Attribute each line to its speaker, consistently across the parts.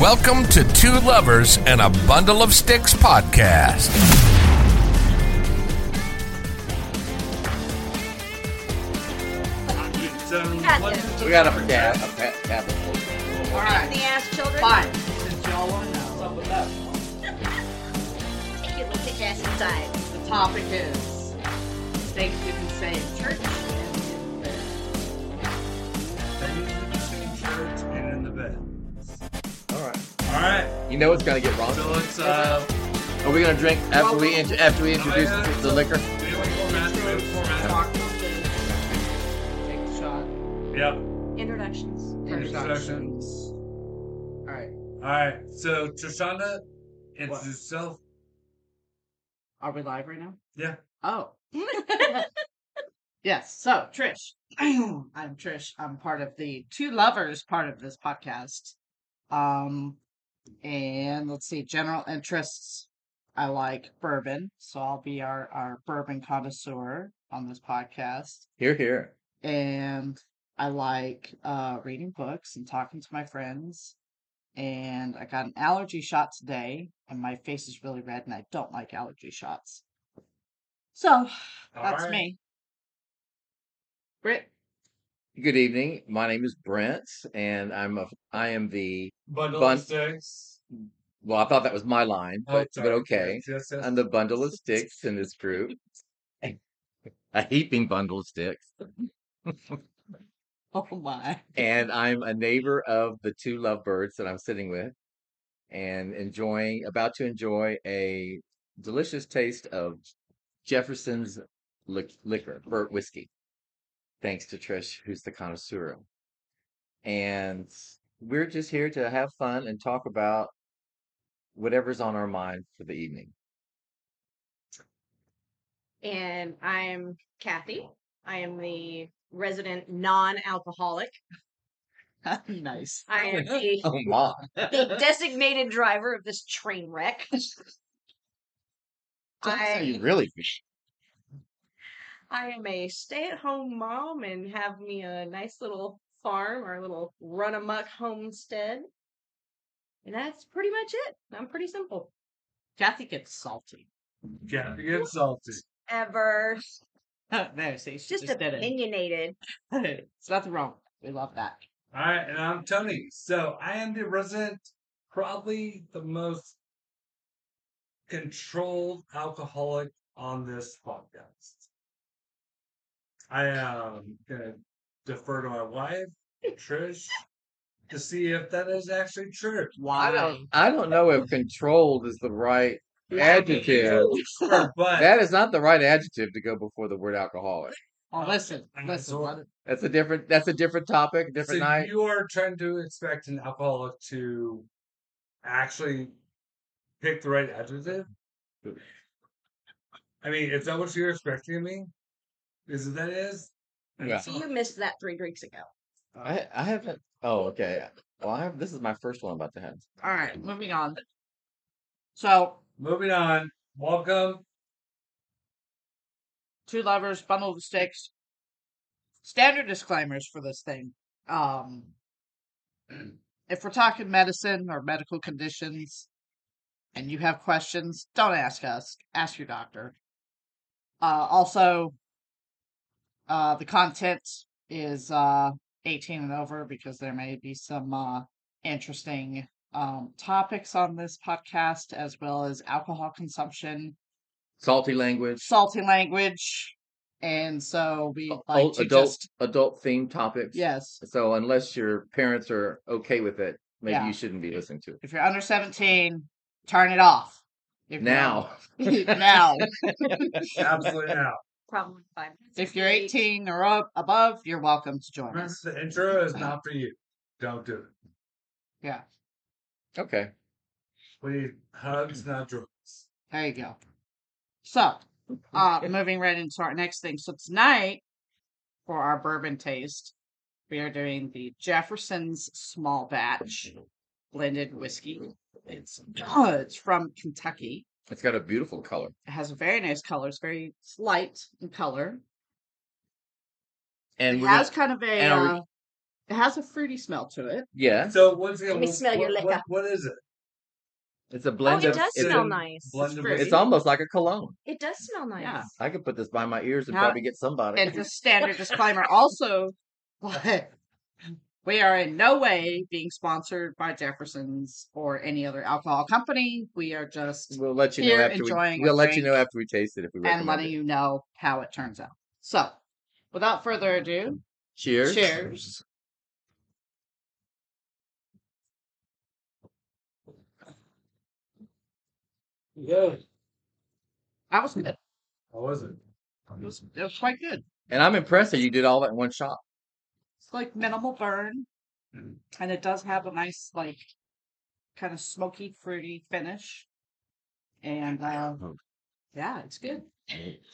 Speaker 1: Welcome to Two Lovers and a Bundle of Sticks podcast.
Speaker 2: Goddamn.
Speaker 3: We got a cat, a pet cat.
Speaker 2: Alright,
Speaker 4: the ass children.
Speaker 2: fine. Since y'all want to know what's up with that one,
Speaker 4: Take your little ass inside.
Speaker 2: the topic is snakes you can say in church and in the bed.
Speaker 5: Things in the same church and in the bed.
Speaker 3: All right.
Speaker 5: All right,
Speaker 3: You know it's gonna get wrong.
Speaker 5: so it's uh,
Speaker 3: Are we gonna drink after we int- after we introduce
Speaker 5: Oh, yeah.
Speaker 3: the liquor?
Speaker 5: we have a format, we have a format.
Speaker 2: Talk to kids, take a shot,
Speaker 5: Yep.
Speaker 6: Introductions.
Speaker 5: Introductions.
Speaker 2: Alright,
Speaker 5: All right, so Trishana, introduce yourself.
Speaker 2: are we live right now?
Speaker 5: Yeah.
Speaker 2: Oh. yes, so Trish. I'm Trish. I'm part of the Two Lovers part of this podcast. Um, and let's see, general interests. I like bourbon, so I'll be our, our bourbon connoisseur on this podcast
Speaker 3: Here, here.
Speaker 2: and I like uh, reading books and talking to my friends. And I got an allergy shot today, and my face is really red, and I don't like allergy shots. So that's
Speaker 5: Alright.
Speaker 2: me. Brit,
Speaker 3: Good evening. My name is Brent, and I'm a I am the
Speaker 5: Bundle
Speaker 3: Bun-
Speaker 5: of sticks.
Speaker 3: well. I thought that was my line,
Speaker 5: Oh,
Speaker 3: but but
Speaker 5: sorry.
Speaker 3: okay.
Speaker 5: Yes, yes.
Speaker 3: I'm the bundle of sticks in this group. A heaping bundle of sticks,
Speaker 2: oh my,
Speaker 3: and I'm a neighbor of the two lovebirds that I'm sitting with, and enjoying about to enjoy a delicious taste of Jefferson's lic- liquor, Burt whiskey. Thanks to Trish, who's the connoisseur. And we're just here to have fun and talk about whatever's on our mind for the evening.
Speaker 4: And I'm Kathy. I am the resident non-alcoholic.
Speaker 2: nice.
Speaker 4: I am the,
Speaker 3: Oh my!
Speaker 4: the designated driver of this train wreck.
Speaker 3: That's how
Speaker 4: I
Speaker 3: you really
Speaker 4: I am a stay-at-home mom and have me a nice little farm or a little run amuck homestead. And that's pretty much it. I'm pretty simple.
Speaker 2: Kathy gets salty.
Speaker 5: Yeah, you get salty.
Speaker 4: Ever
Speaker 2: there, see, she just,
Speaker 4: just
Speaker 2: did it.
Speaker 4: opinionated.
Speaker 2: It's nothing wrong. We love that.
Speaker 5: All right, and I'm Tony. So I am the resident, probably the most controlled alcoholic on this podcast. I am gonna defer to my wife, Trish, to see if that is actually true.
Speaker 3: I
Speaker 2: Why?
Speaker 3: don't. I don't know if controlled is the right adjective.
Speaker 5: But
Speaker 3: That is not the right adjective to go before the word alcoholic.
Speaker 2: Oh, listen,
Speaker 5: I'm
Speaker 2: listen.
Speaker 5: sorry.
Speaker 2: let-
Speaker 3: That's a different. That's a different topic.
Speaker 5: so
Speaker 3: Different night.
Speaker 5: you are trying to expect an alcoholic to actually pick the right adjective? I mean, is that what you're expecting of me? Is it that is? I'm
Speaker 3: Yeah.
Speaker 4: So
Speaker 5: sorry.
Speaker 4: you missed that three drinks ago.
Speaker 3: I, I haven't. Oh, okay. Well, I have. This is my first one I'm about to have.
Speaker 2: All right, moving on. So
Speaker 5: Moving on. Welcome.
Speaker 2: two lovers, bundle of sticks. Standard disclaimers for this thing. Um, if we're talking medicine or medical conditions, and you have questions, don't ask us. Ask your doctor. Uh, also, uh, the content is uh, 18 and over because there may be some uh, interesting um, topics on this podcast, as well as alcohol consumption
Speaker 3: Salty language.
Speaker 2: salty language, and so we
Speaker 3: o-
Speaker 2: like
Speaker 3: old-
Speaker 2: to
Speaker 3: adult
Speaker 2: just
Speaker 3: adult themed topics.
Speaker 2: yes.
Speaker 3: So unless your parents are okay with it, maybe
Speaker 2: Yeah.
Speaker 3: you shouldn't be listening to it
Speaker 2: If you're under seventeen, turn it off. If you're-
Speaker 3: now.
Speaker 2: now,
Speaker 5: Absolutely now.
Speaker 4: Probably five minutes.
Speaker 2: if you're eighteen or up, above, you're welcome to join
Speaker 5: Remember,
Speaker 2: us.
Speaker 5: the intro is not for you. Don't do it.
Speaker 2: Yeah,
Speaker 3: Okay.
Speaker 5: Please, hugs, not drugs.
Speaker 2: there you go. So, uh, moving right into our next thing. So tonight, for our bourbon taste, we are doing the Jefferson's Small Batch
Speaker 3: Mm-hmm.
Speaker 2: blended whiskey. It's it's from Kentucky.
Speaker 3: It's got a beautiful color.
Speaker 2: It has a very nice color. It's very it's light in color.
Speaker 3: And
Speaker 2: It
Speaker 3: we're
Speaker 2: has
Speaker 3: gonna-
Speaker 2: kind of a
Speaker 3: and are we-
Speaker 2: uh, It has a fruity smell to it.
Speaker 3: Yeah,
Speaker 5: So once again,
Speaker 4: Let me
Speaker 5: what-
Speaker 4: smell your
Speaker 5: what-
Speaker 4: liquor.
Speaker 5: what- what is it?
Speaker 3: it's a
Speaker 4: Oh,
Speaker 3: blend
Speaker 4: it
Speaker 3: of.
Speaker 4: does
Speaker 5: it's
Speaker 3: it's,
Speaker 5: a
Speaker 4: smell nice.
Speaker 5: Blend of
Speaker 2: fruity.
Speaker 5: whiskey.
Speaker 3: it's almost like a cologne.
Speaker 4: It does smell nice.
Speaker 2: Yeah.
Speaker 3: I could put this by my ears and
Speaker 2: Now-
Speaker 3: probably get somebody.
Speaker 2: And the standard disclaimer also we are in no way being sponsored by Jefferson's or any other alcohol company. We are just
Speaker 3: We'll let you know
Speaker 2: Here,
Speaker 3: after we.
Speaker 2: enjoying a
Speaker 3: We'll let you
Speaker 2: drink
Speaker 3: know after we taste it if we
Speaker 2: and
Speaker 3: recommend
Speaker 2: letting
Speaker 3: it.
Speaker 2: you know how it turns out. So, without further ado,
Speaker 3: Cheers.
Speaker 2: cheers.
Speaker 5: Yeah.
Speaker 2: That was good. It
Speaker 5: How was it?
Speaker 2: was, it was quite good.
Speaker 3: And I'm impressed that you did all that in one shot.
Speaker 2: It's like minimal burn, and it does have a nice, like, kind of smoky, fruity finish. And uh, yeah, it's good.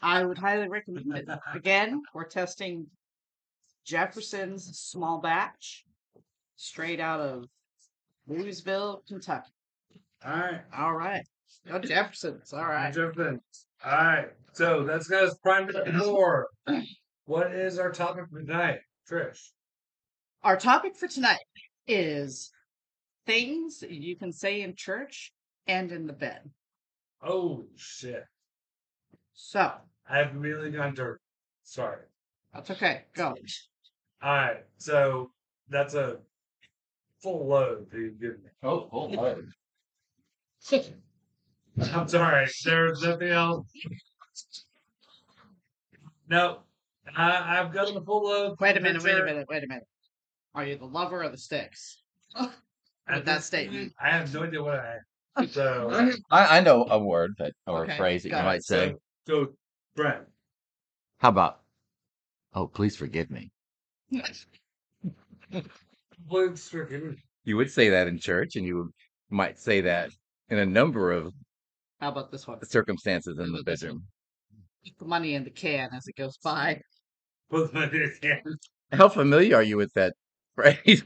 Speaker 2: I would highly recommend it. Again, we're testing Jefferson's small batch straight out of Louisville, Kentucky.
Speaker 5: All right.
Speaker 2: All right. Go Jefferson's. All right.
Speaker 5: Different. All right. So that's got us primed up for what is our topic for tonight, Trish?
Speaker 2: Our topic for tonight is things you can say in church and in the bed.
Speaker 5: Oh shit!
Speaker 2: So
Speaker 5: I've really gone dark. Sorry.
Speaker 2: that's okay. Go.
Speaker 5: All right. So that's a full load that you've given me.
Speaker 3: Oh, hold on.
Speaker 5: I'm sorry. There's nothing else. No, I, I've gotten the full load.
Speaker 2: Wait a minute. Wait a
Speaker 5: Richard.
Speaker 2: minute. Wait a minute. Are you the lover or the sticks?
Speaker 5: At
Speaker 2: with that
Speaker 5: this
Speaker 2: statement.
Speaker 5: point, I have no idea what I am. So, uh,
Speaker 3: I, I know a word that or
Speaker 2: Okay,
Speaker 3: a phrase that
Speaker 2: go.
Speaker 3: you might say.
Speaker 5: so, so Brent,
Speaker 3: How about? Oh, please forgive me.
Speaker 5: what's your-
Speaker 3: You would say that in church, and you might say that in a number of
Speaker 2: How about this one?
Speaker 3: circumstances in the bedroom.
Speaker 2: Keep the money in the can as it goes by.
Speaker 5: what's my yeah.
Speaker 3: How familiar are you with that phrase?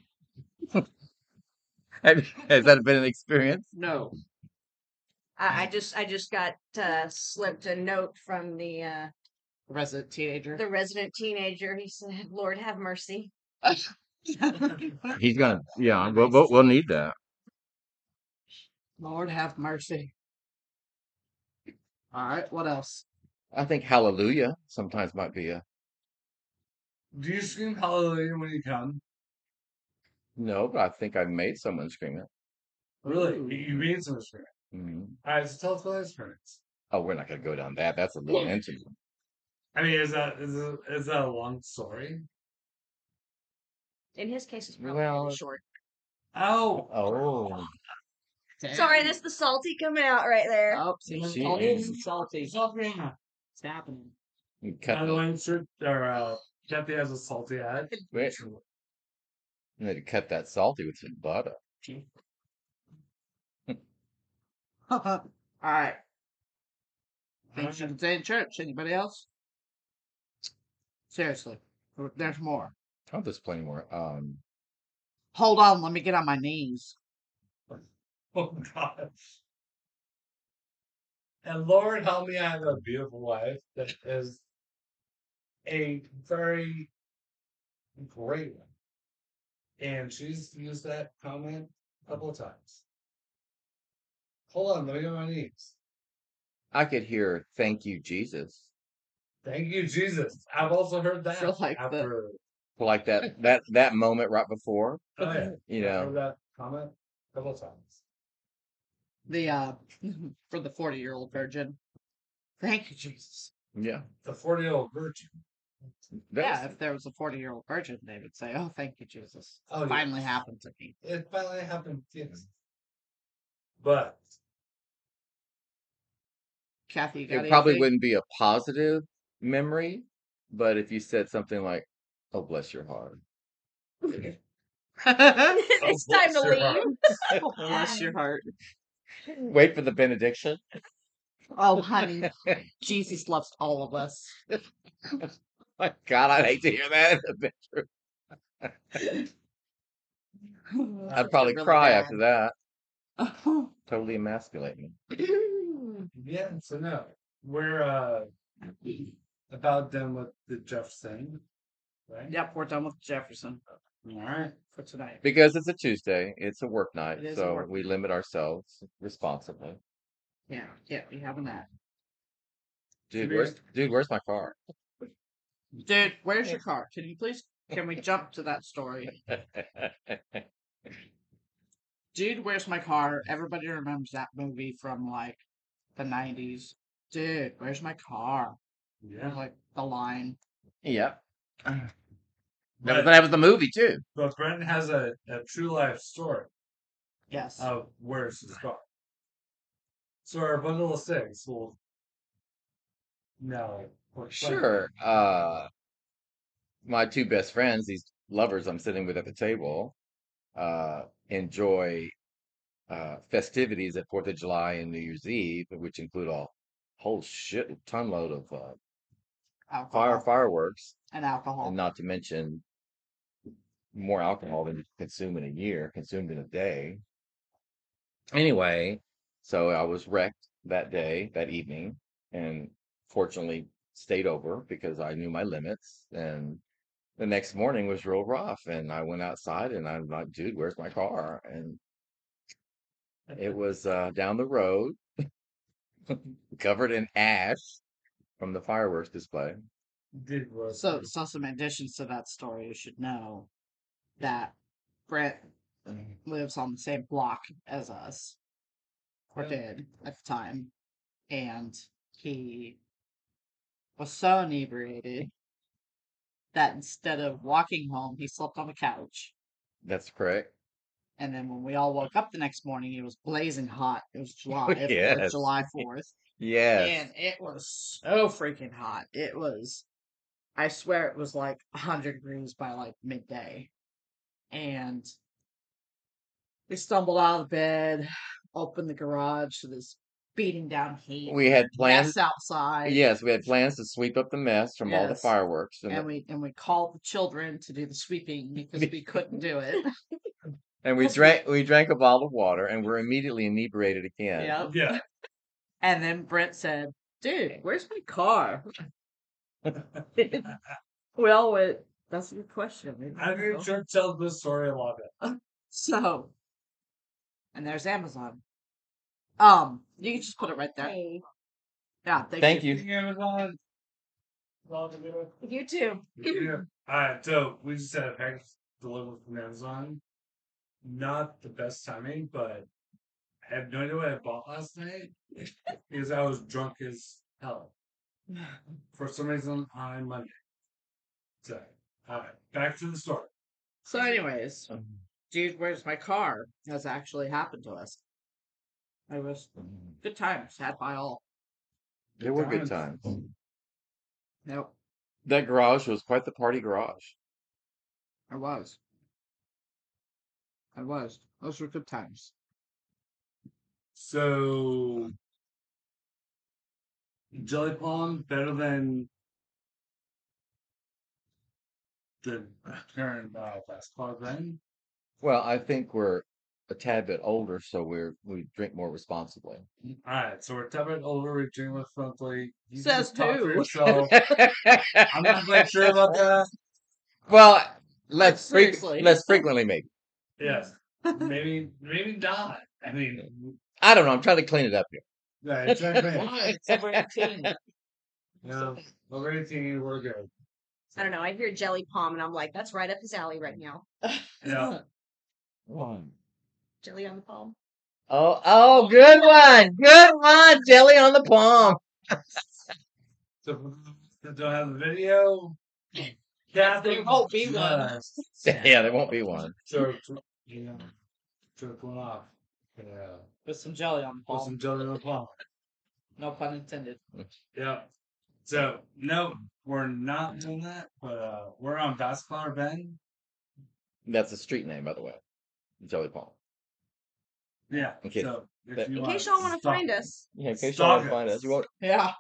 Speaker 3: Have- Has that been an experience?
Speaker 2: No.
Speaker 4: I, I just I just got uh, slipped a note from the uh,
Speaker 2: Resident teenager.
Speaker 4: the resident teenager. He said, "Lord have mercy."
Speaker 3: He's gonna. Yeah, we'll we'll, we'll need that.
Speaker 2: Lord have mercy. All right. What else?
Speaker 3: I think hallelujah sometimes might be a
Speaker 5: Do you scream hallelujah when you come?
Speaker 3: no, but I think I made someone scream it.
Speaker 5: Really?
Speaker 2: Ooh.
Speaker 5: You you mean some experience?
Speaker 3: Mhm.
Speaker 5: All right, so tell us about that experience.
Speaker 3: Oh, we're not gonna go down that. That's a little intimate.
Speaker 5: I mean, is that is, it, is that a long story?
Speaker 4: In his case, it's probably
Speaker 3: Well-
Speaker 4: really short.
Speaker 5: Oh,
Speaker 3: Oh,
Speaker 4: Sorry,
Speaker 2: Dang.
Speaker 4: that's the salty coming out right there.
Speaker 2: eh, Oh, see,
Speaker 3: She
Speaker 2: Tony's
Speaker 3: is.
Speaker 2: salty.
Speaker 5: Sophia.
Speaker 2: It's happening.
Speaker 3: you cut
Speaker 5: By the
Speaker 3: the,
Speaker 5: way, sure, or uh, Kathy has a salty ad.
Speaker 3: wait, you had to cut that salty with some butter.
Speaker 2: All right. Things you
Speaker 5: Alright.
Speaker 2: can say in church. Anybody else? Seriously, there- there's more.
Speaker 3: Oh, there's plenty more. Um,
Speaker 2: Hold on, let me get on my knees.
Speaker 5: Oh God. And Lord help me, I have a beautiful wife that is a very great one. And she's used that comment a couple of times. Hold on, let me get on my knees.
Speaker 3: I could hear "Thank you, Jesus,"
Speaker 5: Thank you, Jesus. I've also heard that
Speaker 2: Feel like the-
Speaker 5: after
Speaker 3: like that that that moment right before.
Speaker 5: oh, yeah,
Speaker 3: You
Speaker 5: I've heard
Speaker 3: know,
Speaker 5: that comment a couple of times.
Speaker 2: The uh, for the forty-year-old virgin. Thank you, Jesus.
Speaker 3: yeah.
Speaker 5: The 40 year old virgin.
Speaker 2: Yeah,
Speaker 3: That's-
Speaker 2: if there was a forty-year-old virgin, they would say, "Oh, thank you, Jesus.
Speaker 5: Oh, yeah.
Speaker 2: Finally happened to me."
Speaker 5: It finally happened, yes. But
Speaker 2: Kathy, you got
Speaker 3: it probably
Speaker 2: anything?
Speaker 3: wouldn't be a positive memory, but if you said something like, "Oh, bless your heart,"
Speaker 4: it's time to
Speaker 5: Oh, bless your heart.
Speaker 4: leave.
Speaker 2: Bless your heart.
Speaker 3: wait for the benediction.
Speaker 2: Oh, honey, Jesus loves all of us.
Speaker 3: My God, I'd hate to hear that. in the bedroom. I'd probably
Speaker 2: really
Speaker 3: cry
Speaker 2: bad.
Speaker 3: after that. Totally emasculate me.
Speaker 5: Yeah, so no, we're uh about done with the Jefferson, right?
Speaker 2: yep, we're done with Jefferson.
Speaker 5: All right.
Speaker 2: for tonight.
Speaker 3: Because it's a Tuesday, it's a work night,
Speaker 2: It is a
Speaker 3: so
Speaker 2: work
Speaker 3: we
Speaker 2: night.
Speaker 3: limit ourselves responsibly.
Speaker 2: Yeah, yeah, we having that.
Speaker 3: Dude,
Speaker 5: Sure.
Speaker 3: where's dude? Where's my car?
Speaker 2: Dude, where's your car? Can you please? Can we jump to that story? Dude, where's my car? Everybody remembers that movie from like the '90s. Dude, where's my car?
Speaker 5: Yeah.
Speaker 2: Like the line.
Speaker 3: yep. No,
Speaker 5: But,
Speaker 3: but that was the movie too.
Speaker 5: but Brendan has a, a true life story
Speaker 2: Yes.
Speaker 3: Oh,
Speaker 5: of where she's gone. So our bundle of six will now. we're playing.
Speaker 3: Sure. Uh, my two best friends, these lovers I'm sitting with at the table, uh, enjoy uh, festivities at Fourth of July and New Year's Eve, which include a whole shit ton load of uh,
Speaker 2: alcohol
Speaker 3: fire fireworks,
Speaker 2: and alcohol.
Speaker 3: and not to mention more alcohol than you consume in a year, consumed in a day. Anyway, so I was wrecked that day, that evening, and fortunately stayed over because I knew my limits. And the next morning was real rough. And I went outside and I'm like, dude, where's my car? And it was uh, down the road, covered in ash from the fireworks display.
Speaker 5: Did was
Speaker 2: So, so some additions to that story, you should know that Brent lives on the same block as us, or
Speaker 5: Yeah.
Speaker 2: did at the time, and he was so inebriated that instead of walking home, he slept on the couch.
Speaker 3: That's correct.
Speaker 2: And then when we all woke up the next morning, it was blazing hot. It was July. it was
Speaker 3: Yes.
Speaker 2: July fourth.
Speaker 3: Yes.
Speaker 2: And it was so freaking hot. It was, I swear, it was like 100 degrees by like midday. And we stumbled out of bed, opened the garage to this beating down heat.
Speaker 3: We had
Speaker 2: mess
Speaker 3: plans.
Speaker 2: outside.
Speaker 3: Yes, we had plans to sweep up the mess from all the
Speaker 2: Yes.
Speaker 3: fireworks. And,
Speaker 2: And we and we called the children to do the sweeping because we couldn't do it.
Speaker 3: and we drank we drank a bottle of water and were immediately inebriated again.
Speaker 2: Yep.
Speaker 5: yeah.
Speaker 2: And then Brent said, "Dude, where's my car?" we all went. That's a good question. We
Speaker 5: I
Speaker 2: don't know."
Speaker 5: think Chuck tells this story a lot.
Speaker 2: So, and there's Amazon. Um, you can just put it right there.
Speaker 4: Hey,
Speaker 2: Yeah, thank,
Speaker 3: Thank
Speaker 5: better.
Speaker 3: you.
Speaker 5: Amazon. Well, to do it.
Speaker 4: you too.
Speaker 5: Yeah. All right. So we just had a package delivered from Amazon. Not the best timing, but I have no idea what I bought last night because I was drunk as hell for some reason on Monday. So, all right, back to the story.
Speaker 2: So, anyways,
Speaker 3: Um,
Speaker 2: dude, where's my car? Has actually happened to us. It was good times had by all.
Speaker 3: There were good
Speaker 5: times.
Speaker 3: times.
Speaker 2: Nope,
Speaker 3: That garage was quite the party garage.
Speaker 2: I was. I was. Those were good times.
Speaker 5: So, Jelly Plum better than the current uh, last call then.
Speaker 3: Well, I think we're a tad bit older, so we're we drink more responsibly.
Speaker 5: All right, so we're talking about older we're doing with monthly. You can
Speaker 2: Says
Speaker 5: just talk for
Speaker 2: who?
Speaker 5: yourself. I'm not quite sure about that.
Speaker 3: well, let's
Speaker 2: Like,
Speaker 3: freq-
Speaker 2: seriously.
Speaker 3: less frequently maybe.
Speaker 5: Yes, maybe maybe not. I mean,
Speaker 3: I don't know. I'm trying to clean it up here.
Speaker 5: yeah, exactly.
Speaker 2: It's over 18.
Speaker 5: No, over eighteen, we're good.
Speaker 4: I don't know. I hear Jelly Palm and I'm like, that's right up his alley right now.
Speaker 5: Yeah,
Speaker 3: One.
Speaker 4: Jelly on the palm.
Speaker 3: Oh, oh, good one. Good one. Jelly on the palm.
Speaker 5: so for those that don't have the video. Kathy
Speaker 2: won't be one.
Speaker 5: just-
Speaker 3: Yeah, there won't be one.
Speaker 5: So, yeah, took one off. Yeah,
Speaker 2: With some jelly on the
Speaker 5: put
Speaker 2: ball.
Speaker 5: some jelly on the palm.
Speaker 2: No pun intended.
Speaker 5: Yeah. So no, we're not doing that. But uh, we're on Basketball Ben.
Speaker 3: That's a street name, by the way. Jelly palm.
Speaker 5: Yeah.
Speaker 3: Okay.
Speaker 5: So if
Speaker 3: But-
Speaker 5: you
Speaker 4: In
Speaker 5: want,
Speaker 4: case y'all want to find us,
Speaker 3: Yeah, in case
Speaker 5: Stop
Speaker 3: y'all find
Speaker 5: it.
Speaker 3: us, you won't.
Speaker 2: Yeah.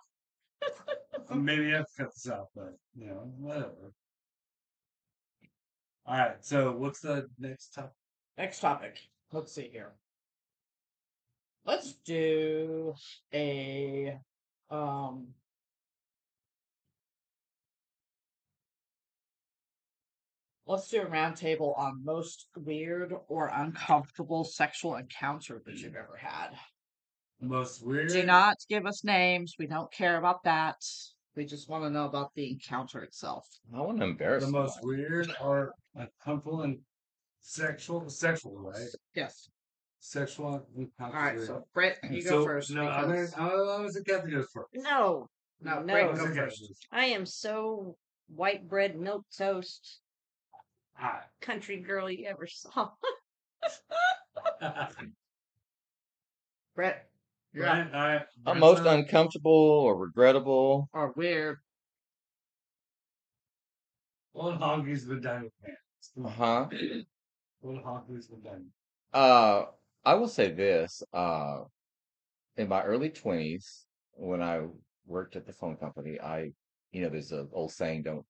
Speaker 5: Maybe I have to cut this out, but you know, whatever. All right. So what's the next topic?
Speaker 2: Next topic. Let's see here. Let's do a um Let's do a roundtable on most weird or uncomfortable sexual encounter that you've ever had.
Speaker 5: Most weird.
Speaker 2: Do not give us names. We don't care about that. We just want to know about the encounter itself.
Speaker 3: I want to embarrass
Speaker 5: The most
Speaker 3: somebody.
Speaker 5: weird or uncomfortable and sexual, sexual, right?
Speaker 2: Yes.
Speaker 5: Sexual.
Speaker 2: All right. So Brett, you go
Speaker 5: So,
Speaker 2: first.
Speaker 5: No, oh, I'm gonna,
Speaker 2: because-
Speaker 5: I'm gonna let Kathy go first.
Speaker 4: No,
Speaker 2: no,
Speaker 4: no.
Speaker 2: Brett,
Speaker 5: Let's
Speaker 2: Oh, go
Speaker 5: let Kathy
Speaker 2: first.
Speaker 5: go first.
Speaker 4: I am so white bread, milk toast,
Speaker 5: Hi.
Speaker 4: country girl you ever saw.
Speaker 2: Brett, you're up.
Speaker 5: Brian, all right.
Speaker 3: Uh,
Speaker 5: Brian's
Speaker 3: most
Speaker 5: up.
Speaker 3: uncomfortable or regrettable.
Speaker 2: Or weird.
Speaker 5: Old honky's been done with hands.
Speaker 3: Uh huh.
Speaker 5: Old honky's been done.
Speaker 3: Uh, I will say this. Uh, in my early twenties, when I worked at the phone company, I, you know, there's an old saying: don't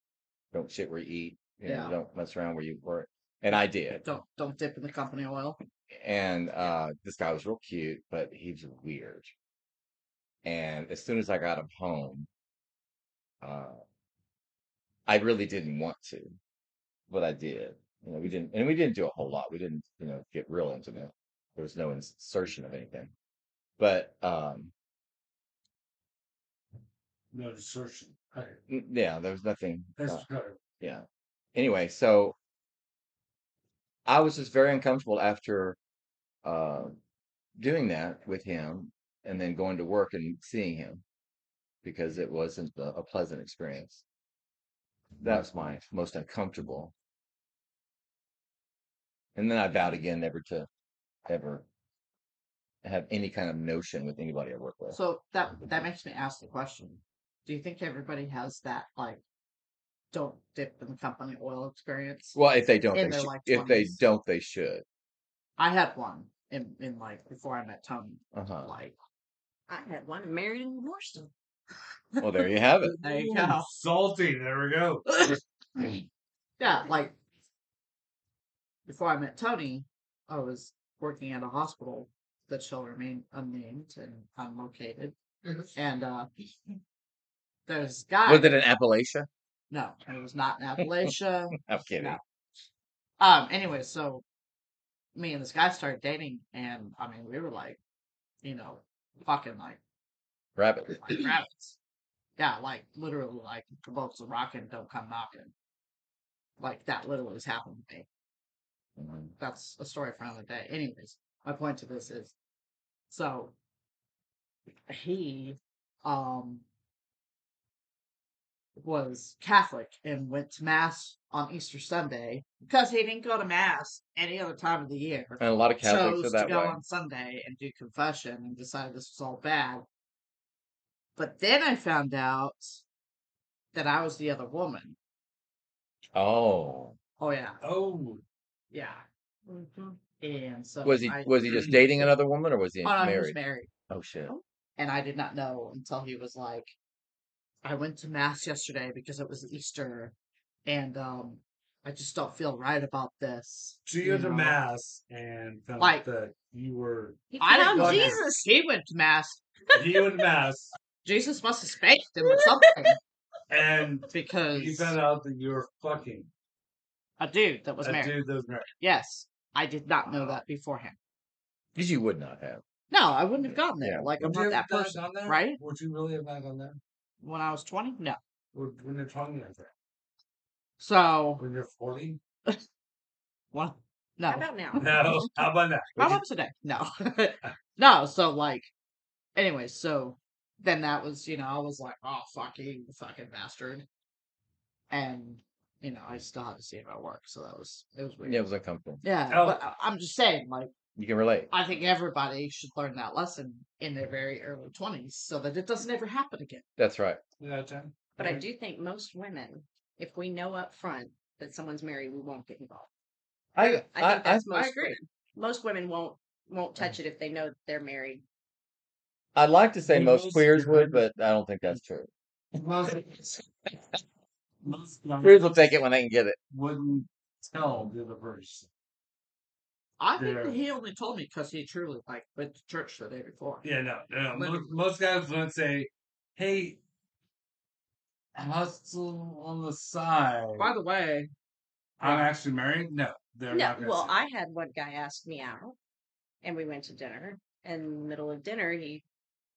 Speaker 3: don't shit where you eat. You know,
Speaker 2: Yeah.
Speaker 3: don't mess around where you work. And I did.
Speaker 2: Don't don't dip in the company oil.
Speaker 3: and uh this guy was real cute but he was weird and as soon as i got him home uh i really didn't want to but i did you know we didn't and we didn't do a whole lot we didn't you know get real intimate there was no insertion of anything but um
Speaker 5: No desertion. Okay.
Speaker 3: n- yeah there was nothing
Speaker 5: That's
Speaker 3: uh,
Speaker 5: good.
Speaker 3: yeah anyway so i was just very uncomfortable after uh doing that with him and then going to work and seeing him because it wasn't a, a pleasant experience.
Speaker 2: Mm-hmm.
Speaker 3: That's my most uncomfortable. And then I vowed again never to ever have any kind of notion with anybody I work with.
Speaker 2: So that that makes me ask the question: Do you think everybody has that like don't dip in the company oil experience?
Speaker 3: well, if they don't,
Speaker 2: in
Speaker 3: they
Speaker 2: their,
Speaker 3: should.
Speaker 2: like,
Speaker 3: if they
Speaker 2: 20s.
Speaker 3: don't, they should.
Speaker 2: I had one in in like before I met Tony.
Speaker 3: Uh huh.
Speaker 2: Like
Speaker 4: I had one and married and divorced him.
Speaker 3: Well, there you have it.
Speaker 2: there you
Speaker 5: Ooh,
Speaker 2: go.
Speaker 5: Salty. There we go.
Speaker 2: yeah, like before I met Tony, I was working at a hospital that shall remain unnamed and unlocated. And uh there's a guy.
Speaker 3: Was it in Appalachia?
Speaker 2: no, it was not in Appalachia.
Speaker 3: I'm kidding.
Speaker 2: No. Um. Anyway, so me and this guy started dating, and I mean, we were like, you know, fucking like,
Speaker 3: Rabbit.
Speaker 2: like rabbits. Yeah, like literally, like the boats are rocking, don't come knocking. Like that literally has happened to me. Mm-hmm.
Speaker 3: Mhm.
Speaker 2: That's a story for another day. Anyways, my point to this is, so he um was Catholic and went to mass on Easter Sunday because he didn't go to mass any other time of the year.
Speaker 3: And a lot of Catholics are
Speaker 2: chose to
Speaker 3: that
Speaker 2: go
Speaker 3: way.
Speaker 2: on Sunday and do confession and decided this was all bad. But then I found out that I was the other woman.
Speaker 3: Oh,
Speaker 2: Oh yeah,
Speaker 5: Oh,
Speaker 2: yeah.
Speaker 4: Mm-hmm.
Speaker 2: And so
Speaker 3: was he
Speaker 2: I,
Speaker 3: was he just dating another woman or was he
Speaker 2: oh, no, he was
Speaker 3: married?
Speaker 2: married,
Speaker 3: Oh shit.
Speaker 2: and I did not know until he was like, "I went to mass yesterday because it was Easter, and um, I just don't feel right about this."
Speaker 5: so you had to
Speaker 2: know?
Speaker 5: mass and found
Speaker 2: Like-
Speaker 5: out that you were
Speaker 4: He
Speaker 2: I didn't
Speaker 4: found
Speaker 2: go to mass.
Speaker 4: Jesus.
Speaker 2: He went to mass.
Speaker 5: you and mass,
Speaker 2: Jesus must have spanked him or something
Speaker 5: and you
Speaker 2: because
Speaker 5: found out that you were fucking
Speaker 2: a dude that was
Speaker 5: a
Speaker 2: married.
Speaker 5: dude that was married.
Speaker 2: Yes, I did not know that beforehand.
Speaker 3: Because you would not have.
Speaker 2: No, I wouldn't have gotten there.
Speaker 3: Yeah.
Speaker 2: Like I'm
Speaker 5: Would you
Speaker 2: not
Speaker 5: have
Speaker 2: that
Speaker 5: not
Speaker 2: person,
Speaker 5: done that?
Speaker 2: right?
Speaker 5: Would you really have not done that?
Speaker 2: When I was 20, no.
Speaker 5: Would- When you're talking like that,
Speaker 2: So
Speaker 5: when you're 40?
Speaker 2: well,
Speaker 4: How
Speaker 2: no.
Speaker 4: about now?
Speaker 5: No, how about that?
Speaker 2: How about today? No.
Speaker 5: Uh.
Speaker 2: no, so like anyway, so then that was, you know, I was like, oh fucking fucking bastard. And you know, I still had to see it at work, so that was it was weird.
Speaker 3: Yeah, it was uncomfortable.
Speaker 2: Yeah,
Speaker 5: Oh.
Speaker 2: but I- I'm just saying, like,
Speaker 3: You can relate.
Speaker 2: I think everybody should learn that lesson in their very early 20s so that it doesn't ever happen again.
Speaker 3: That's right.
Speaker 5: Yeah, Jen?
Speaker 4: But I do think most women, if we know up front that someone's married, we won't get involved.
Speaker 3: I
Speaker 4: I think that's most women. Most women won't won't touch it if they know that they're married.
Speaker 3: I'd like to say
Speaker 5: Who
Speaker 3: most
Speaker 5: knows?
Speaker 3: queers
Speaker 5: You're
Speaker 3: would, but
Speaker 5: right.
Speaker 3: I don't think that's true.
Speaker 5: Most, most
Speaker 3: Queers will take it when they can get it.
Speaker 5: wouldn't tell the other person.
Speaker 2: I think
Speaker 5: Yeah.
Speaker 2: that he only told me because he truly like went to church the day before.
Speaker 5: Yeah, no, no. no.
Speaker 2: Literally.
Speaker 5: Most, most guys would say, "Hey, hustle on the side."
Speaker 2: By the way,
Speaker 5: I'm
Speaker 4: Yeah.
Speaker 5: actually married. No, they're
Speaker 4: No,
Speaker 5: not. gonna
Speaker 4: well,
Speaker 5: see.
Speaker 4: I had one guy ask me out, and we went to dinner. And in the middle of dinner, he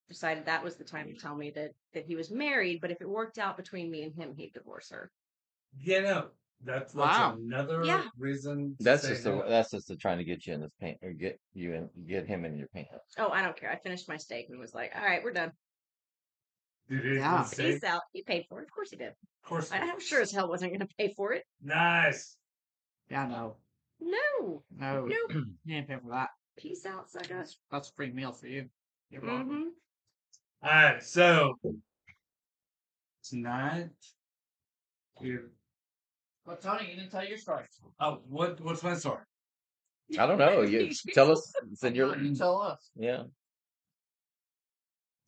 Speaker 4: decided that was the time to tell me that that he was married, but if it worked out between me and him, he'd divorce her.
Speaker 5: You know, that's, that's
Speaker 2: Wow.
Speaker 5: another
Speaker 4: Yeah.
Speaker 5: reason. to
Speaker 3: That's
Speaker 5: say
Speaker 3: just a,
Speaker 5: no.
Speaker 3: that's just a trying to get you in this pant or get you in get him in your pants.
Speaker 4: Oh, I don't care. I finished my steak and was like, "All right, we're done.
Speaker 5: Dude, it is
Speaker 2: Yeah.
Speaker 5: insane.
Speaker 4: Peace out." He paid for it. Of course he did.
Speaker 5: Of course.
Speaker 4: I-
Speaker 5: it
Speaker 4: I'm
Speaker 5: is.
Speaker 4: sure as hell wasn't going to pay for it.
Speaker 5: Nice.
Speaker 2: Yeah, no,
Speaker 4: No,
Speaker 3: Oh,
Speaker 2: no,
Speaker 4: Nope.
Speaker 2: you ain't paying for that.
Speaker 4: peace out, sucker.
Speaker 2: That's that's a free meal for you. You're welcome.
Speaker 5: Mm-hmm.
Speaker 4: hmm
Speaker 5: All right, so tonight, you
Speaker 2: Well, Tony, you didn't tell your story.
Speaker 5: oh, what what's my story?
Speaker 3: I don't know. You tell us. It's in your
Speaker 2: You tell us.
Speaker 3: yeah.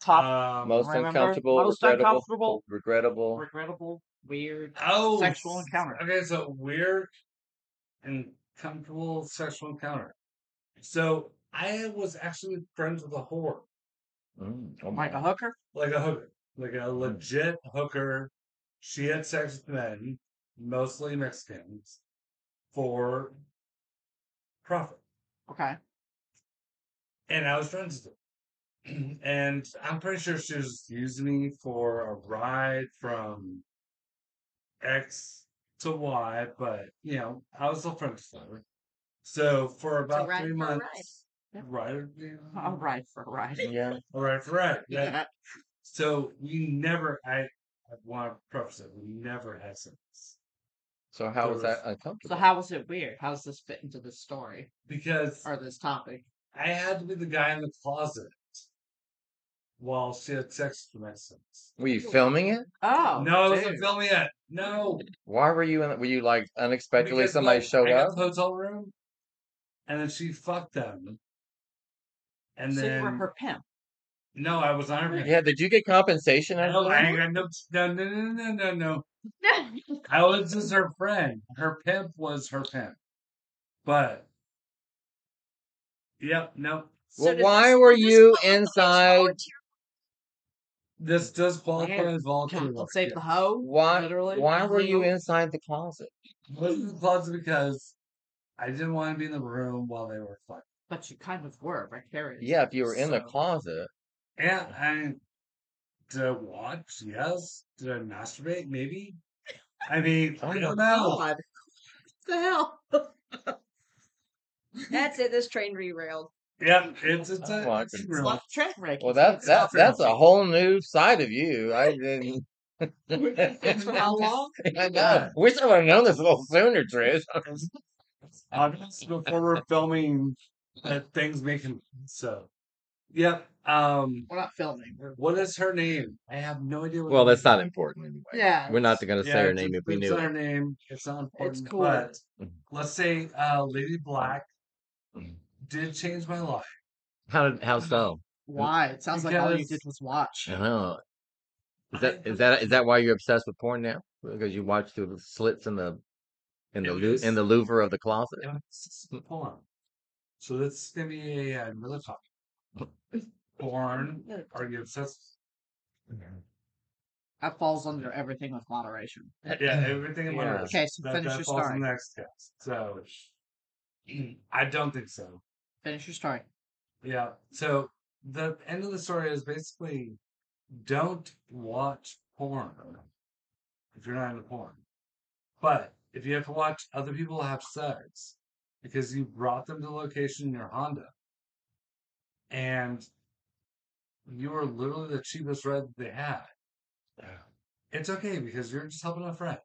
Speaker 2: Top
Speaker 5: Um,
Speaker 3: Most
Speaker 2: remember,
Speaker 3: uncomfortable,
Speaker 2: most
Speaker 3: regrettable,
Speaker 2: uncomfortable.
Speaker 5: Uh,
Speaker 3: regrettable.
Speaker 2: regrettable, weird.
Speaker 5: oh,
Speaker 2: sexual
Speaker 5: s-
Speaker 2: encounter.
Speaker 5: Okay, so weird and comfortable sexual encounter. So I was actually friends with a whore,
Speaker 3: Mm, oh
Speaker 2: Like a hooker?
Speaker 5: like a hooker, like a
Speaker 2: Hmm.
Speaker 5: legit hooker. She had sex with men, mostly Mexicans, for profit.
Speaker 2: Okay.
Speaker 5: and I was friends with her. and I'm pretty sure she was using me for a ride from X to Y, but you know, I was still friends with her. So for about
Speaker 4: ride
Speaker 5: three
Speaker 4: for a ride.
Speaker 5: months,
Speaker 2: Yep.
Speaker 5: right, you know,
Speaker 2: All right for a ride.
Speaker 3: Yeah.
Speaker 5: all right, for right. Yeah. So we never, I, I want to preface it, we never had sex
Speaker 3: So how was
Speaker 5: There
Speaker 3: that uncomfortable?
Speaker 2: So how was it weird? How does this fit into the story
Speaker 5: because
Speaker 2: or this topic?
Speaker 5: I had to be the guy in the closet while she had sex with Mexicans.
Speaker 3: were you filming it?
Speaker 2: Oh
Speaker 5: no, I wasn't
Speaker 2: dude.
Speaker 5: filming yet. No.
Speaker 3: Why were you in? Were you like unexpectedly
Speaker 5: Because,
Speaker 3: somebody
Speaker 5: like,
Speaker 3: showed
Speaker 5: I got
Speaker 3: up?
Speaker 5: the hotel room, and then she fucked them, and
Speaker 2: so
Speaker 5: then
Speaker 2: you were her pimp.
Speaker 5: no, I was on her.
Speaker 3: Yeah. Did you get compensation out
Speaker 5: no,
Speaker 3: of
Speaker 5: I
Speaker 3: that?
Speaker 5: ain't got no, no, no, no, no, no, no. I was just her friend. Her pimp was her pimp, but yep, no,
Speaker 4: So
Speaker 3: Well,
Speaker 4: does
Speaker 3: why
Speaker 4: this-
Speaker 3: were
Speaker 4: does this
Speaker 3: you
Speaker 4: qualify as
Speaker 3: inside?
Speaker 4: volunteer?
Speaker 5: this does qualify
Speaker 2: Yeah.
Speaker 5: as voluntary work.
Speaker 2: Compensate
Speaker 5: yeah.
Speaker 2: the hoe?
Speaker 3: Why?
Speaker 2: Literally.
Speaker 3: Why were you
Speaker 2: Legal?
Speaker 3: inside the closet?
Speaker 5: Was in the closet because I didn't want to be in the room while they were fucking.
Speaker 2: But you kind of were vicarious.
Speaker 3: Yeah, if you were in the
Speaker 5: So-
Speaker 3: closet.
Speaker 5: And I did I watch? Yes. Did I masturbate? Maybe. I mean,
Speaker 3: Oh
Speaker 5: I
Speaker 3: my
Speaker 5: don't know.
Speaker 2: God. What the hell?
Speaker 4: That's it. This train derailed.
Speaker 5: Yep, it's it's
Speaker 3: Oh,
Speaker 5: a
Speaker 3: I
Speaker 5: it's
Speaker 3: can-
Speaker 5: real.
Speaker 2: Left track wreck.
Speaker 3: Well, that's that,
Speaker 5: not fair.
Speaker 3: that's a whole new side of you. I didn't.
Speaker 2: That's for how long?
Speaker 3: I know. Wish I would have known this a little sooner, Trish.
Speaker 5: Obvious before we're filming that things making so. Yep. Um.
Speaker 2: We're not filming. We're,
Speaker 5: What is her name? I have no idea. What
Speaker 3: Well,
Speaker 5: her
Speaker 3: that's not
Speaker 5: name is.
Speaker 3: important anyway.
Speaker 2: yeah.
Speaker 3: We're not going to
Speaker 5: Yeah,
Speaker 3: say her
Speaker 5: it's-
Speaker 3: name if we
Speaker 5: it's
Speaker 3: knew
Speaker 5: her
Speaker 3: it.
Speaker 5: name. It's not important.
Speaker 2: cool.
Speaker 5: But
Speaker 3: Mhm.
Speaker 5: let's say uh, Lady Black
Speaker 3: Mhm.
Speaker 5: did change my life.
Speaker 3: How did, how so?
Speaker 2: Why? It sounds like all you
Speaker 5: Because-
Speaker 2: did was watch.
Speaker 3: I don't know. Is that is that is that why you're obsessed with porn now? Because you watch through the slits in the in the
Speaker 5: It
Speaker 3: loo
Speaker 5: was-
Speaker 3: in the louver of the closet.
Speaker 5: Yeah, it's just porn. So that's gonna be a uh, another topic. Porn. Are you obsessed?
Speaker 2: That falls under everything with moderation.
Speaker 5: Yeah, everything in
Speaker 3: Yeah.
Speaker 5: my
Speaker 2: Okay, so
Speaker 5: that,
Speaker 2: finish
Speaker 5: that
Speaker 2: your
Speaker 5: falls in
Speaker 2: story.
Speaker 5: the next test. So I don't think so.
Speaker 2: Finish your story.
Speaker 5: Yeah. So the end of the story is basically don't watch porn if you're not into porn. But if you have to watch other people have sex because you brought them to the location in your Honda and you were literally the cheapest ride that they had, it's okay because you're just helping a friend.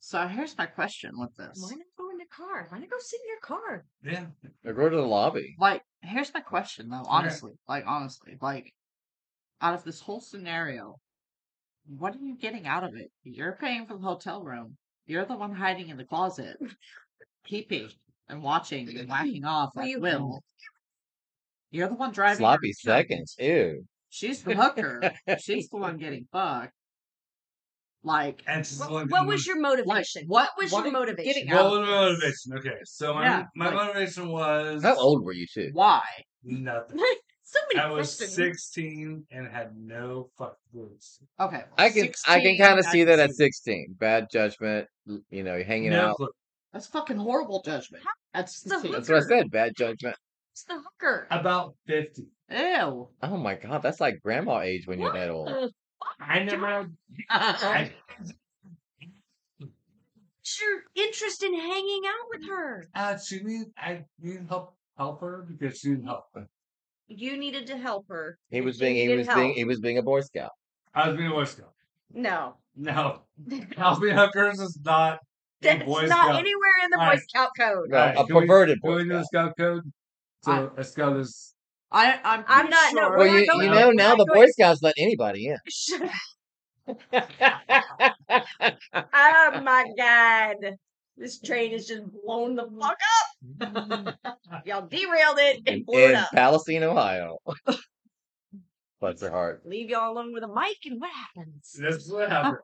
Speaker 2: So here's my question with
Speaker 4: Why
Speaker 2: this.
Speaker 4: not go in the car? Why not go sit in your car?
Speaker 5: Yeah.
Speaker 3: Or go to the lobby.
Speaker 2: Like, here's my question though, honestly. Like, honestly. Like, out of this whole scenario, what are you getting out of it? You're paying for the hotel room. You're the one hiding in the closet, peeping and watching and whacking off
Speaker 4: Well,
Speaker 2: at
Speaker 4: you-
Speaker 2: will. You're the one driving. her
Speaker 3: Sloppy
Speaker 2: to church.
Speaker 3: seconds. Ew.
Speaker 2: She's the hooker. She's the one getting fucked. Like,
Speaker 5: And she's
Speaker 4: What,
Speaker 5: like,
Speaker 4: what was your motivation?
Speaker 2: what-
Speaker 4: what was
Speaker 2: what
Speaker 4: your
Speaker 2: are you
Speaker 4: motivation?
Speaker 2: getting
Speaker 5: What
Speaker 2: out
Speaker 5: was
Speaker 2: of
Speaker 5: my
Speaker 2: this?
Speaker 5: motivation? Okay, so my,
Speaker 2: Yeah,
Speaker 5: my
Speaker 2: like-
Speaker 5: motivation was
Speaker 3: How old were you too?
Speaker 2: why?
Speaker 5: nothing.
Speaker 4: so many
Speaker 5: I was
Speaker 4: questions.
Speaker 5: 16 and had no fucking clues.
Speaker 2: Okay.
Speaker 3: I can I can
Speaker 2: 16,
Speaker 3: kind of see that
Speaker 2: can
Speaker 3: at sixteen. Bad judgment. l- You know, hanging
Speaker 5: No
Speaker 3: out.
Speaker 5: clue.
Speaker 2: That's fucking horrible judgment. That's
Speaker 4: It's a
Speaker 3: That's what I
Speaker 4: Hooker.
Speaker 3: said. Bad judgment.
Speaker 4: It's the hooker.
Speaker 5: About 50.
Speaker 2: ew.
Speaker 3: Oh my god, that's like grandma age when you're that
Speaker 4: What
Speaker 3: old.
Speaker 4: the fuck?
Speaker 5: I never. I,
Speaker 4: What's your interest in hanging out with her?
Speaker 5: uh, she need. I need help. Help her because she need help.
Speaker 4: You needed to help her.
Speaker 3: He was
Speaker 4: She
Speaker 3: being he
Speaker 4: needed
Speaker 3: was being
Speaker 4: help.
Speaker 3: he was being a boy scout.
Speaker 5: I was being a Boy Scout.
Speaker 4: No.
Speaker 5: No, helping hookers is not. a
Speaker 4: That's
Speaker 5: Boy
Speaker 4: not
Speaker 5: Scout.
Speaker 4: anywhere in the
Speaker 5: All
Speaker 4: Boy
Speaker 5: right.
Speaker 4: Scout code.
Speaker 3: No,
Speaker 5: Alright,
Speaker 3: a
Speaker 5: can we-
Speaker 3: perverted
Speaker 5: Can
Speaker 3: boy
Speaker 5: we do a
Speaker 3: scout.
Speaker 5: scout code? So
Speaker 2: I-
Speaker 5: a scout is.
Speaker 2: I, I'm.
Speaker 4: I'm
Speaker 2: pretty
Speaker 4: not- no,
Speaker 2: Sure.
Speaker 4: we're
Speaker 3: Well,
Speaker 4: not
Speaker 3: you,
Speaker 4: going
Speaker 3: you
Speaker 4: there.
Speaker 3: know
Speaker 4: We're
Speaker 3: now
Speaker 4: not
Speaker 3: the
Speaker 4: going-
Speaker 3: Boy Scouts let anybody in.
Speaker 4: Shut Oh my god. This train has just blown the fuck up. Y'all derailed it
Speaker 3: in,
Speaker 4: and blew it
Speaker 3: in
Speaker 4: up.
Speaker 3: Palestine, Ohio. Bless her heart.
Speaker 4: Leave y'all alone with a mic and what happens?
Speaker 5: This is what happens.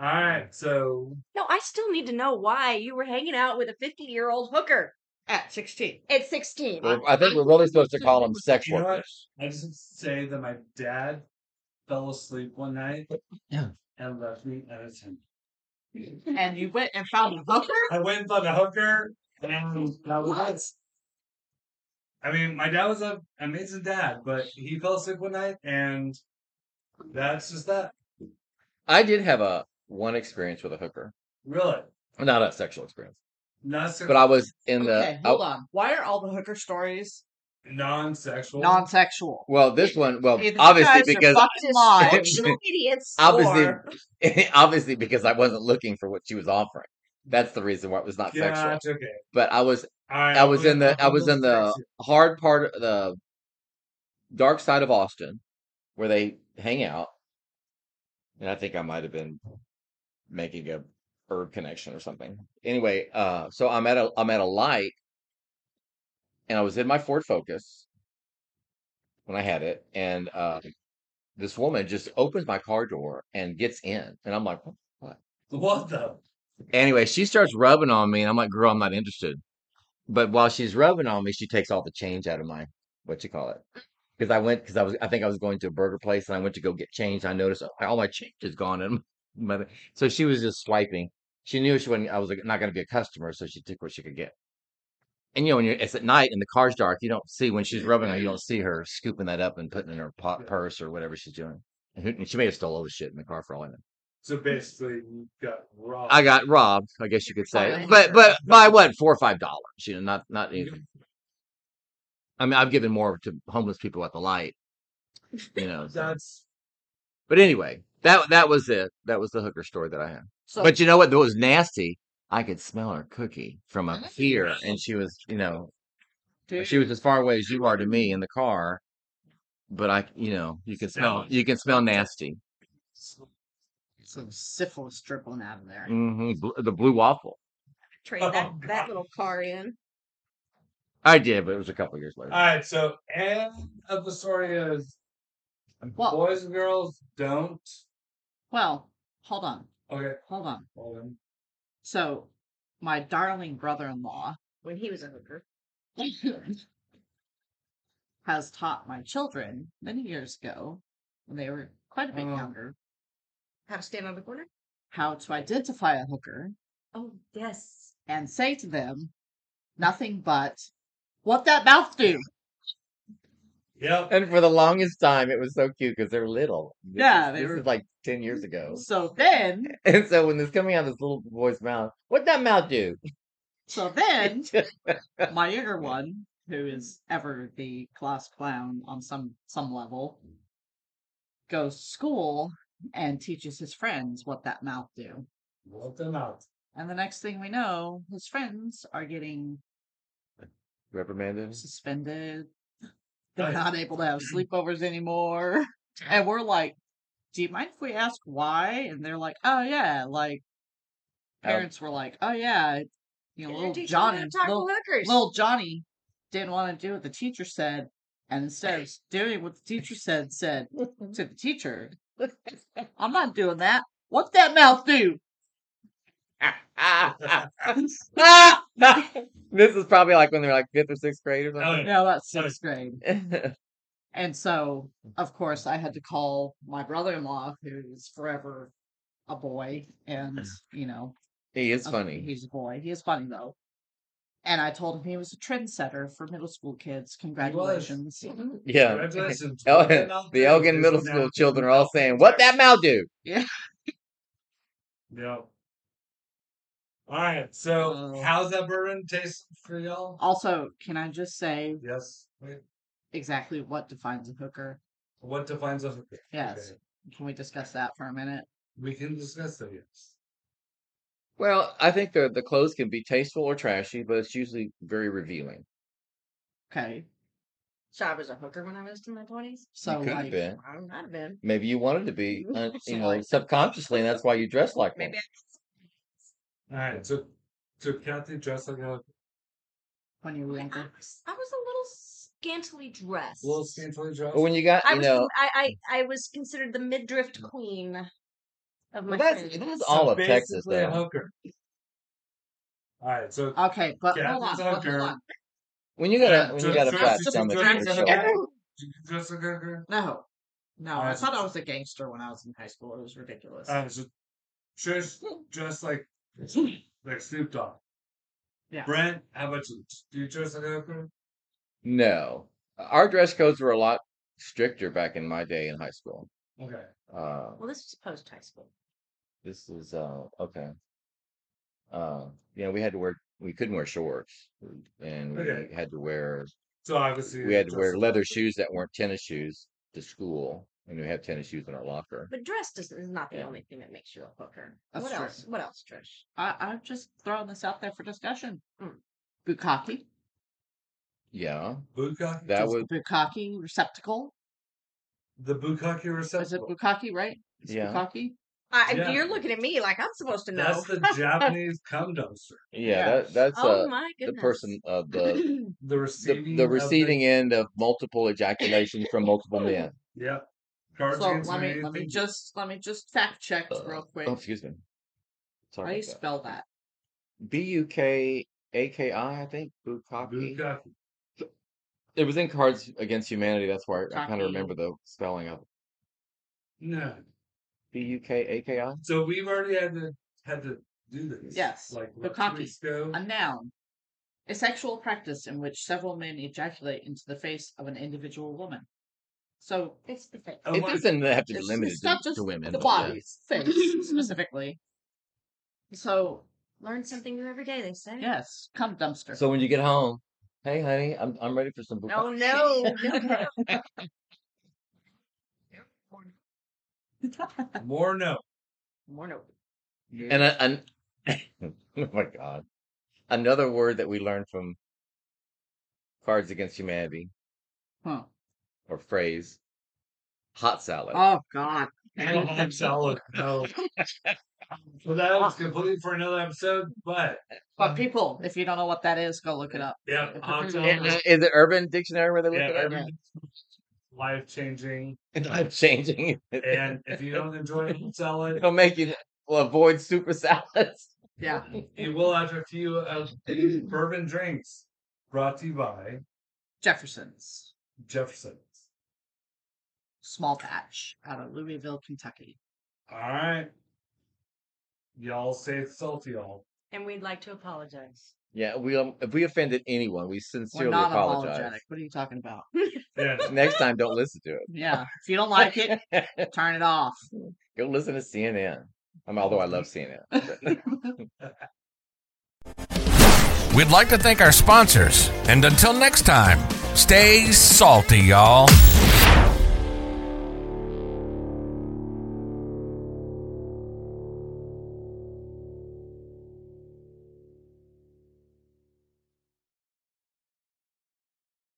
Speaker 5: All right, so
Speaker 4: No, I still need to know why you were hanging out with a 50 year old hooker
Speaker 2: At sixteen.
Speaker 4: at 16.
Speaker 3: We're- I think we're really supposed to call them sex
Speaker 5: You know what?
Speaker 3: workers.
Speaker 5: I just have to say that my dad fell asleep one night
Speaker 3: Yeah.
Speaker 5: and left me unattended.
Speaker 2: And you went and found a hooker.
Speaker 5: I went and found a hooker, and that was it. I mean, my dad was an amazing dad, but he fell asleep one night, and that's just that.
Speaker 3: I did have a one experience with a hooker,
Speaker 5: Really,
Speaker 3: not a sexual experience,
Speaker 5: not se-
Speaker 3: but I was in the.
Speaker 2: okay,
Speaker 3: I-
Speaker 2: hold on. Why are all the hooker stories
Speaker 5: non-sexual.
Speaker 2: non-sexual?
Speaker 3: well, this one, well,
Speaker 2: Either you
Speaker 3: obviously
Speaker 2: guys are
Speaker 3: because
Speaker 2: fucking lying.
Speaker 4: Functional idiots.
Speaker 3: obviously,
Speaker 2: or-
Speaker 3: obviously because I wasn't looking for what she was offering. That's the reason why it was not
Speaker 5: Yeah,
Speaker 3: sexual.
Speaker 5: it's okay.
Speaker 3: But I was
Speaker 5: All right,
Speaker 3: I was
Speaker 5: I'll
Speaker 3: in
Speaker 5: put-
Speaker 3: the I
Speaker 5: I'll put
Speaker 3: was
Speaker 5: those
Speaker 3: in the
Speaker 5: facts in.
Speaker 3: hard part of the dark side of Austin where they hang out. And I think I might have been making a herb connection or something. Anyway, uh so I'm at a I'm at a light and I was in my Ford Focus when I had it and uh this woman just opens my car door and gets in and I'm like what?
Speaker 5: What the?
Speaker 3: Anyway, she starts rubbing on me, and I'm like, "Girl, I'm not interested." But while she's rubbing on me, she takes all the change out of my what you call it because I went because I was I think I was going to a burger place and I went to go get change. I noticed "Oh, all my change is gone, and my, so she was just swiping. She knew she wasn't. I was not going to be a customer, so she took what she could get. And you know, when you're it's at night and the car's dark, you don't see when she's rubbing on. You don't see her scooping that up and putting it in her pot,
Speaker 5: Yeah.
Speaker 3: purse or whatever she's doing. And who- and she may have stole all the shit in the car for all I know.
Speaker 5: So basically, you got robbed.
Speaker 3: I got robbed, I guess you could say.
Speaker 2: Fine.
Speaker 3: But but by what, four or five dollars, you know, not not anything. I mean I've given more to homeless people at the light. You know. so-
Speaker 5: That's
Speaker 3: But anyway, that that was it. That was the hooker story that I had.
Speaker 2: So,
Speaker 3: but you know what? That was nasty. I could smell her cookie from up here and she was, you know,
Speaker 2: dude,
Speaker 3: Mm. she was as far away as you are to me in the car. But I you know, you can smell you can smell nasty.
Speaker 2: some syphilis dribbling out of there.
Speaker 3: hmm the blue waffle.
Speaker 4: Trade that, that little car in.
Speaker 3: I did, but it was a couple years later.
Speaker 5: all right. So end of the story is
Speaker 2: Well-
Speaker 5: boys and girls don't.
Speaker 2: Well, hold on,
Speaker 5: Okay,
Speaker 2: hold on.
Speaker 5: hold on.
Speaker 2: So, my darling brother-in-law
Speaker 4: When he was a hooker.
Speaker 2: has taught my children many years ago, when they were quite a bit
Speaker 5: Oh.
Speaker 2: younger,
Speaker 4: How to stand on the corner?
Speaker 2: how to identify a hooker
Speaker 4: Oh, yes.
Speaker 2: and say to them nothing but, "What that mouth do?"
Speaker 5: Yep.
Speaker 3: And for the longest time, it was so cute because they're little. This
Speaker 2: Yeah,
Speaker 3: is,
Speaker 2: they
Speaker 3: this
Speaker 2: were-
Speaker 3: is like ten years ago.
Speaker 2: So then,
Speaker 3: And so when this coming out of this little boy's mouth, what that mouth do?
Speaker 2: So then, my younger one, who is ever the class clown on some some level, goes to school and teaches his friends what that mouth do.
Speaker 5: Let them out.
Speaker 2: And the next thing we know, his friends are getting
Speaker 3: Reprimanded.
Speaker 2: suspended. They're
Speaker 5: Nice.
Speaker 2: not able to have
Speaker 4: Mm-hmm.
Speaker 2: sleepovers anymore. And we're like, "Do you mind if we ask why?" And they're like, "Oh yeah, like."
Speaker 3: Um,
Speaker 2: Parents were like, "Oh yeah, you know,
Speaker 4: You're
Speaker 2: little
Speaker 4: teaching
Speaker 2: Johnny,
Speaker 4: them to talk to
Speaker 2: little
Speaker 4: hookers.
Speaker 2: little Johnny didn't want to do what the teacher said, and instead of doing what the teacher said, said to the teacher, "I'm not doing that. What that mouth do?" Ah!
Speaker 3: this is probably like when they're like fifth or sixth grade or
Speaker 5: Oh,
Speaker 3: something.
Speaker 5: yeah.
Speaker 2: No, that's sixth grade. And so,
Speaker 5: Mm.
Speaker 2: of course, I had to call my brother-in-law, who's forever a boy, and you know,
Speaker 3: He is
Speaker 2: Okay,
Speaker 3: funny.
Speaker 2: He's a boy. He is funny though. And I told him he was a trendsetter for middle school kids. Congratulations.
Speaker 5: Mm-hmm.
Speaker 3: Yeah.
Speaker 5: Congratulations.
Speaker 3: El-
Speaker 5: Women out
Speaker 3: the
Speaker 5: there
Speaker 3: Elgin
Speaker 5: is
Speaker 3: Middle
Speaker 5: now-
Speaker 3: School children are all saying, "What that Mal do?"
Speaker 5: Yeah. All right. So,
Speaker 2: Uh,
Speaker 5: how's that bourbon taste for y'all?
Speaker 2: Also, can I just say
Speaker 5: Yes. Wait,
Speaker 2: exactly what defines a hooker?
Speaker 5: what defines a hooker?
Speaker 2: Yes.
Speaker 5: Okay.
Speaker 2: Can we discuss that for a minute?
Speaker 5: We can discuss that. Yes.
Speaker 3: Well, I think the the clothes can be tasteful or trashy, but it's usually very revealing.
Speaker 2: Okay.
Speaker 4: So I was a hooker when I was in my twenties.
Speaker 2: So
Speaker 3: you could
Speaker 2: like
Speaker 3: have been.
Speaker 4: I might have been.
Speaker 3: Maybe you wanted to be, uh, you
Speaker 4: Something
Speaker 3: know,
Speaker 4: like that.
Speaker 3: subconsciously, and that's why you dress like
Speaker 4: Maybe
Speaker 3: that.
Speaker 5: All right. So, so Kathy dressed like a
Speaker 2: when you were
Speaker 4: I, I
Speaker 2: younger.
Speaker 4: was, I was a little scantily dressed.
Speaker 5: little scantily dressed.
Speaker 3: But when you got,
Speaker 4: I
Speaker 3: you
Speaker 4: was
Speaker 3: know, mm.
Speaker 4: con- I, I I was considered the midriff queen of my
Speaker 3: well, that's
Speaker 4: friends.
Speaker 3: that's all of Texas,
Speaker 5: basically a
Speaker 3: though.
Speaker 5: hooker. All right. So,
Speaker 2: Okay, but
Speaker 5: Yeah,
Speaker 2: Uh, hold on,
Speaker 5: it's
Speaker 2: but
Speaker 5: okay.
Speaker 2: hold on.
Speaker 3: When you got
Speaker 5: Yeah,
Speaker 3: a when
Speaker 5: dress-
Speaker 3: you got a
Speaker 5: dress
Speaker 3: flat
Speaker 5: is a
Speaker 3: stomach,
Speaker 5: dress
Speaker 3: for
Speaker 5: is a
Speaker 3: sure.
Speaker 5: hooker. did you dress like a hooker?
Speaker 2: No. No,
Speaker 5: Alright,
Speaker 2: I
Speaker 5: so-
Speaker 2: thought I was a gangster when I was in high school. It was ridiculous.
Speaker 5: Uh, so Trish dressed like like Snoop Dogg.
Speaker 2: Yeah.
Speaker 5: Brent, how about you? Do you dress like a hooker?
Speaker 3: No, our dress codes were a lot stricter back in my day in high school.
Speaker 5: Okay.
Speaker 3: Uh,
Speaker 4: Well, this was post high school.
Speaker 3: this is uh okay. Uh, yeah, we had to wear we couldn't wear shorts, and we
Speaker 5: Okay.
Speaker 3: had to wear
Speaker 5: So obviously
Speaker 3: we had to
Speaker 5: dress
Speaker 3: wear
Speaker 5: like a
Speaker 3: leather
Speaker 5: hooker.
Speaker 3: shoes that weren't tennis shoes to school, and we had tennis shoes in our locker.
Speaker 4: But dress does, is not the
Speaker 3: Yeah.
Speaker 4: only thing that makes you a hooker.
Speaker 2: That's
Speaker 4: what
Speaker 2: true.
Speaker 4: else? What else, Trish?
Speaker 2: I, I'm just throwing this out there for discussion.
Speaker 5: Hmm.
Speaker 4: Mm.
Speaker 2: Bukkake.
Speaker 3: Yeah,
Speaker 5: Bukkake.
Speaker 3: that
Speaker 2: Does
Speaker 3: was
Speaker 2: the bukkake receptacle.
Speaker 5: the bukkake
Speaker 2: Is it
Speaker 5: receptacle.
Speaker 2: bukkake, right? It's
Speaker 3: Yeah.
Speaker 2: Bukkake.
Speaker 4: I,
Speaker 5: Yeah.
Speaker 4: You're looking at me like I'm supposed to know.
Speaker 5: That's the Japanese cum dumpster.
Speaker 3: yeah
Speaker 2: Yeah.
Speaker 3: that that's
Speaker 4: oh
Speaker 3: uh
Speaker 4: my
Speaker 3: the
Speaker 4: goodness.
Speaker 3: person of the
Speaker 5: The
Speaker 3: the,
Speaker 5: receiving.
Speaker 3: the
Speaker 5: of
Speaker 3: receiving end of multiple ejaculations from multiple men.
Speaker 5: Yeah. Cards
Speaker 2: So
Speaker 5: Against
Speaker 2: let me let me
Speaker 5: Humanity.
Speaker 2: just let me just fact check
Speaker 3: Uh,
Speaker 2: real quick.
Speaker 3: Oh, excuse me.
Speaker 2: How
Speaker 3: Sorry
Speaker 2: do you
Speaker 3: about that.
Speaker 2: spell that?
Speaker 3: B U K A K I, I think. Bukkake.
Speaker 5: Bukkake.
Speaker 3: It was in Cards Against Humanity. That's why I kind
Speaker 2: Bukkake.
Speaker 3: of remember the spelling of it.
Speaker 5: No.
Speaker 3: B U K A K I.
Speaker 5: So we've already had to had to do this.
Speaker 2: Yes.
Speaker 5: Like what,
Speaker 2: Bukkake.
Speaker 5: two weeks ago.
Speaker 2: A noun. A sexual practice in which several men ejaculate into the face of an individual woman. So
Speaker 4: It's the thing.
Speaker 5: Oh
Speaker 3: It
Speaker 5: my-
Speaker 3: doesn't have to be
Speaker 2: it's,
Speaker 3: limited
Speaker 2: it's
Speaker 3: to,
Speaker 2: not just
Speaker 3: to women.
Speaker 2: the
Speaker 3: but yeah.
Speaker 2: body, it's face specifically. So
Speaker 4: Learn something new every day. They say.
Speaker 2: yes, come dumpster.
Speaker 3: So when you get home, hey, honey, I'm, I'm ready for some
Speaker 4: No,
Speaker 3: bukkake.
Speaker 4: no, no, no.
Speaker 5: More no.
Speaker 4: More no.
Speaker 3: And I, an oh my God. Another word that we learned from Cards Against Humanity
Speaker 2: Huh.
Speaker 3: or phrase hot salad.
Speaker 2: Oh God.
Speaker 5: And I'm solid. No. So that was completely for another episode, but
Speaker 2: But people, if you don't know what that is, go look it up.
Speaker 5: yeah, hot dog
Speaker 3: And, uh,
Speaker 5: was-
Speaker 3: Is it Urban Dictionary where they look
Speaker 5: yeah,
Speaker 3: it up?
Speaker 5: everything life changing.
Speaker 3: I'm changing it.
Speaker 5: And if you don't enjoy hot salad,
Speaker 3: It'll make you well, avoid super salads.
Speaker 2: Yeah.
Speaker 5: you will after a few of these bourbon drinks. Brought to you by
Speaker 2: Jefferson's
Speaker 5: Jefferson.
Speaker 2: small batch out of Louisville, Kentucky.
Speaker 5: All right. Y'all stay salty, y'all.
Speaker 4: And we'd like to apologize.
Speaker 3: Yeah, we um, if we offended anyone, we
Speaker 2: We're
Speaker 3: sincerely
Speaker 2: not
Speaker 3: apologize.
Speaker 2: apologetic. What are you talking about?
Speaker 5: Yeah.
Speaker 3: Next time, don't listen to it.
Speaker 2: Yeah. If you don't like it, turn it off.
Speaker 3: Go listen to CNN. I mean, although I love CNN.
Speaker 1: We'd like to thank our sponsors. And until next time, stay salty, y'all.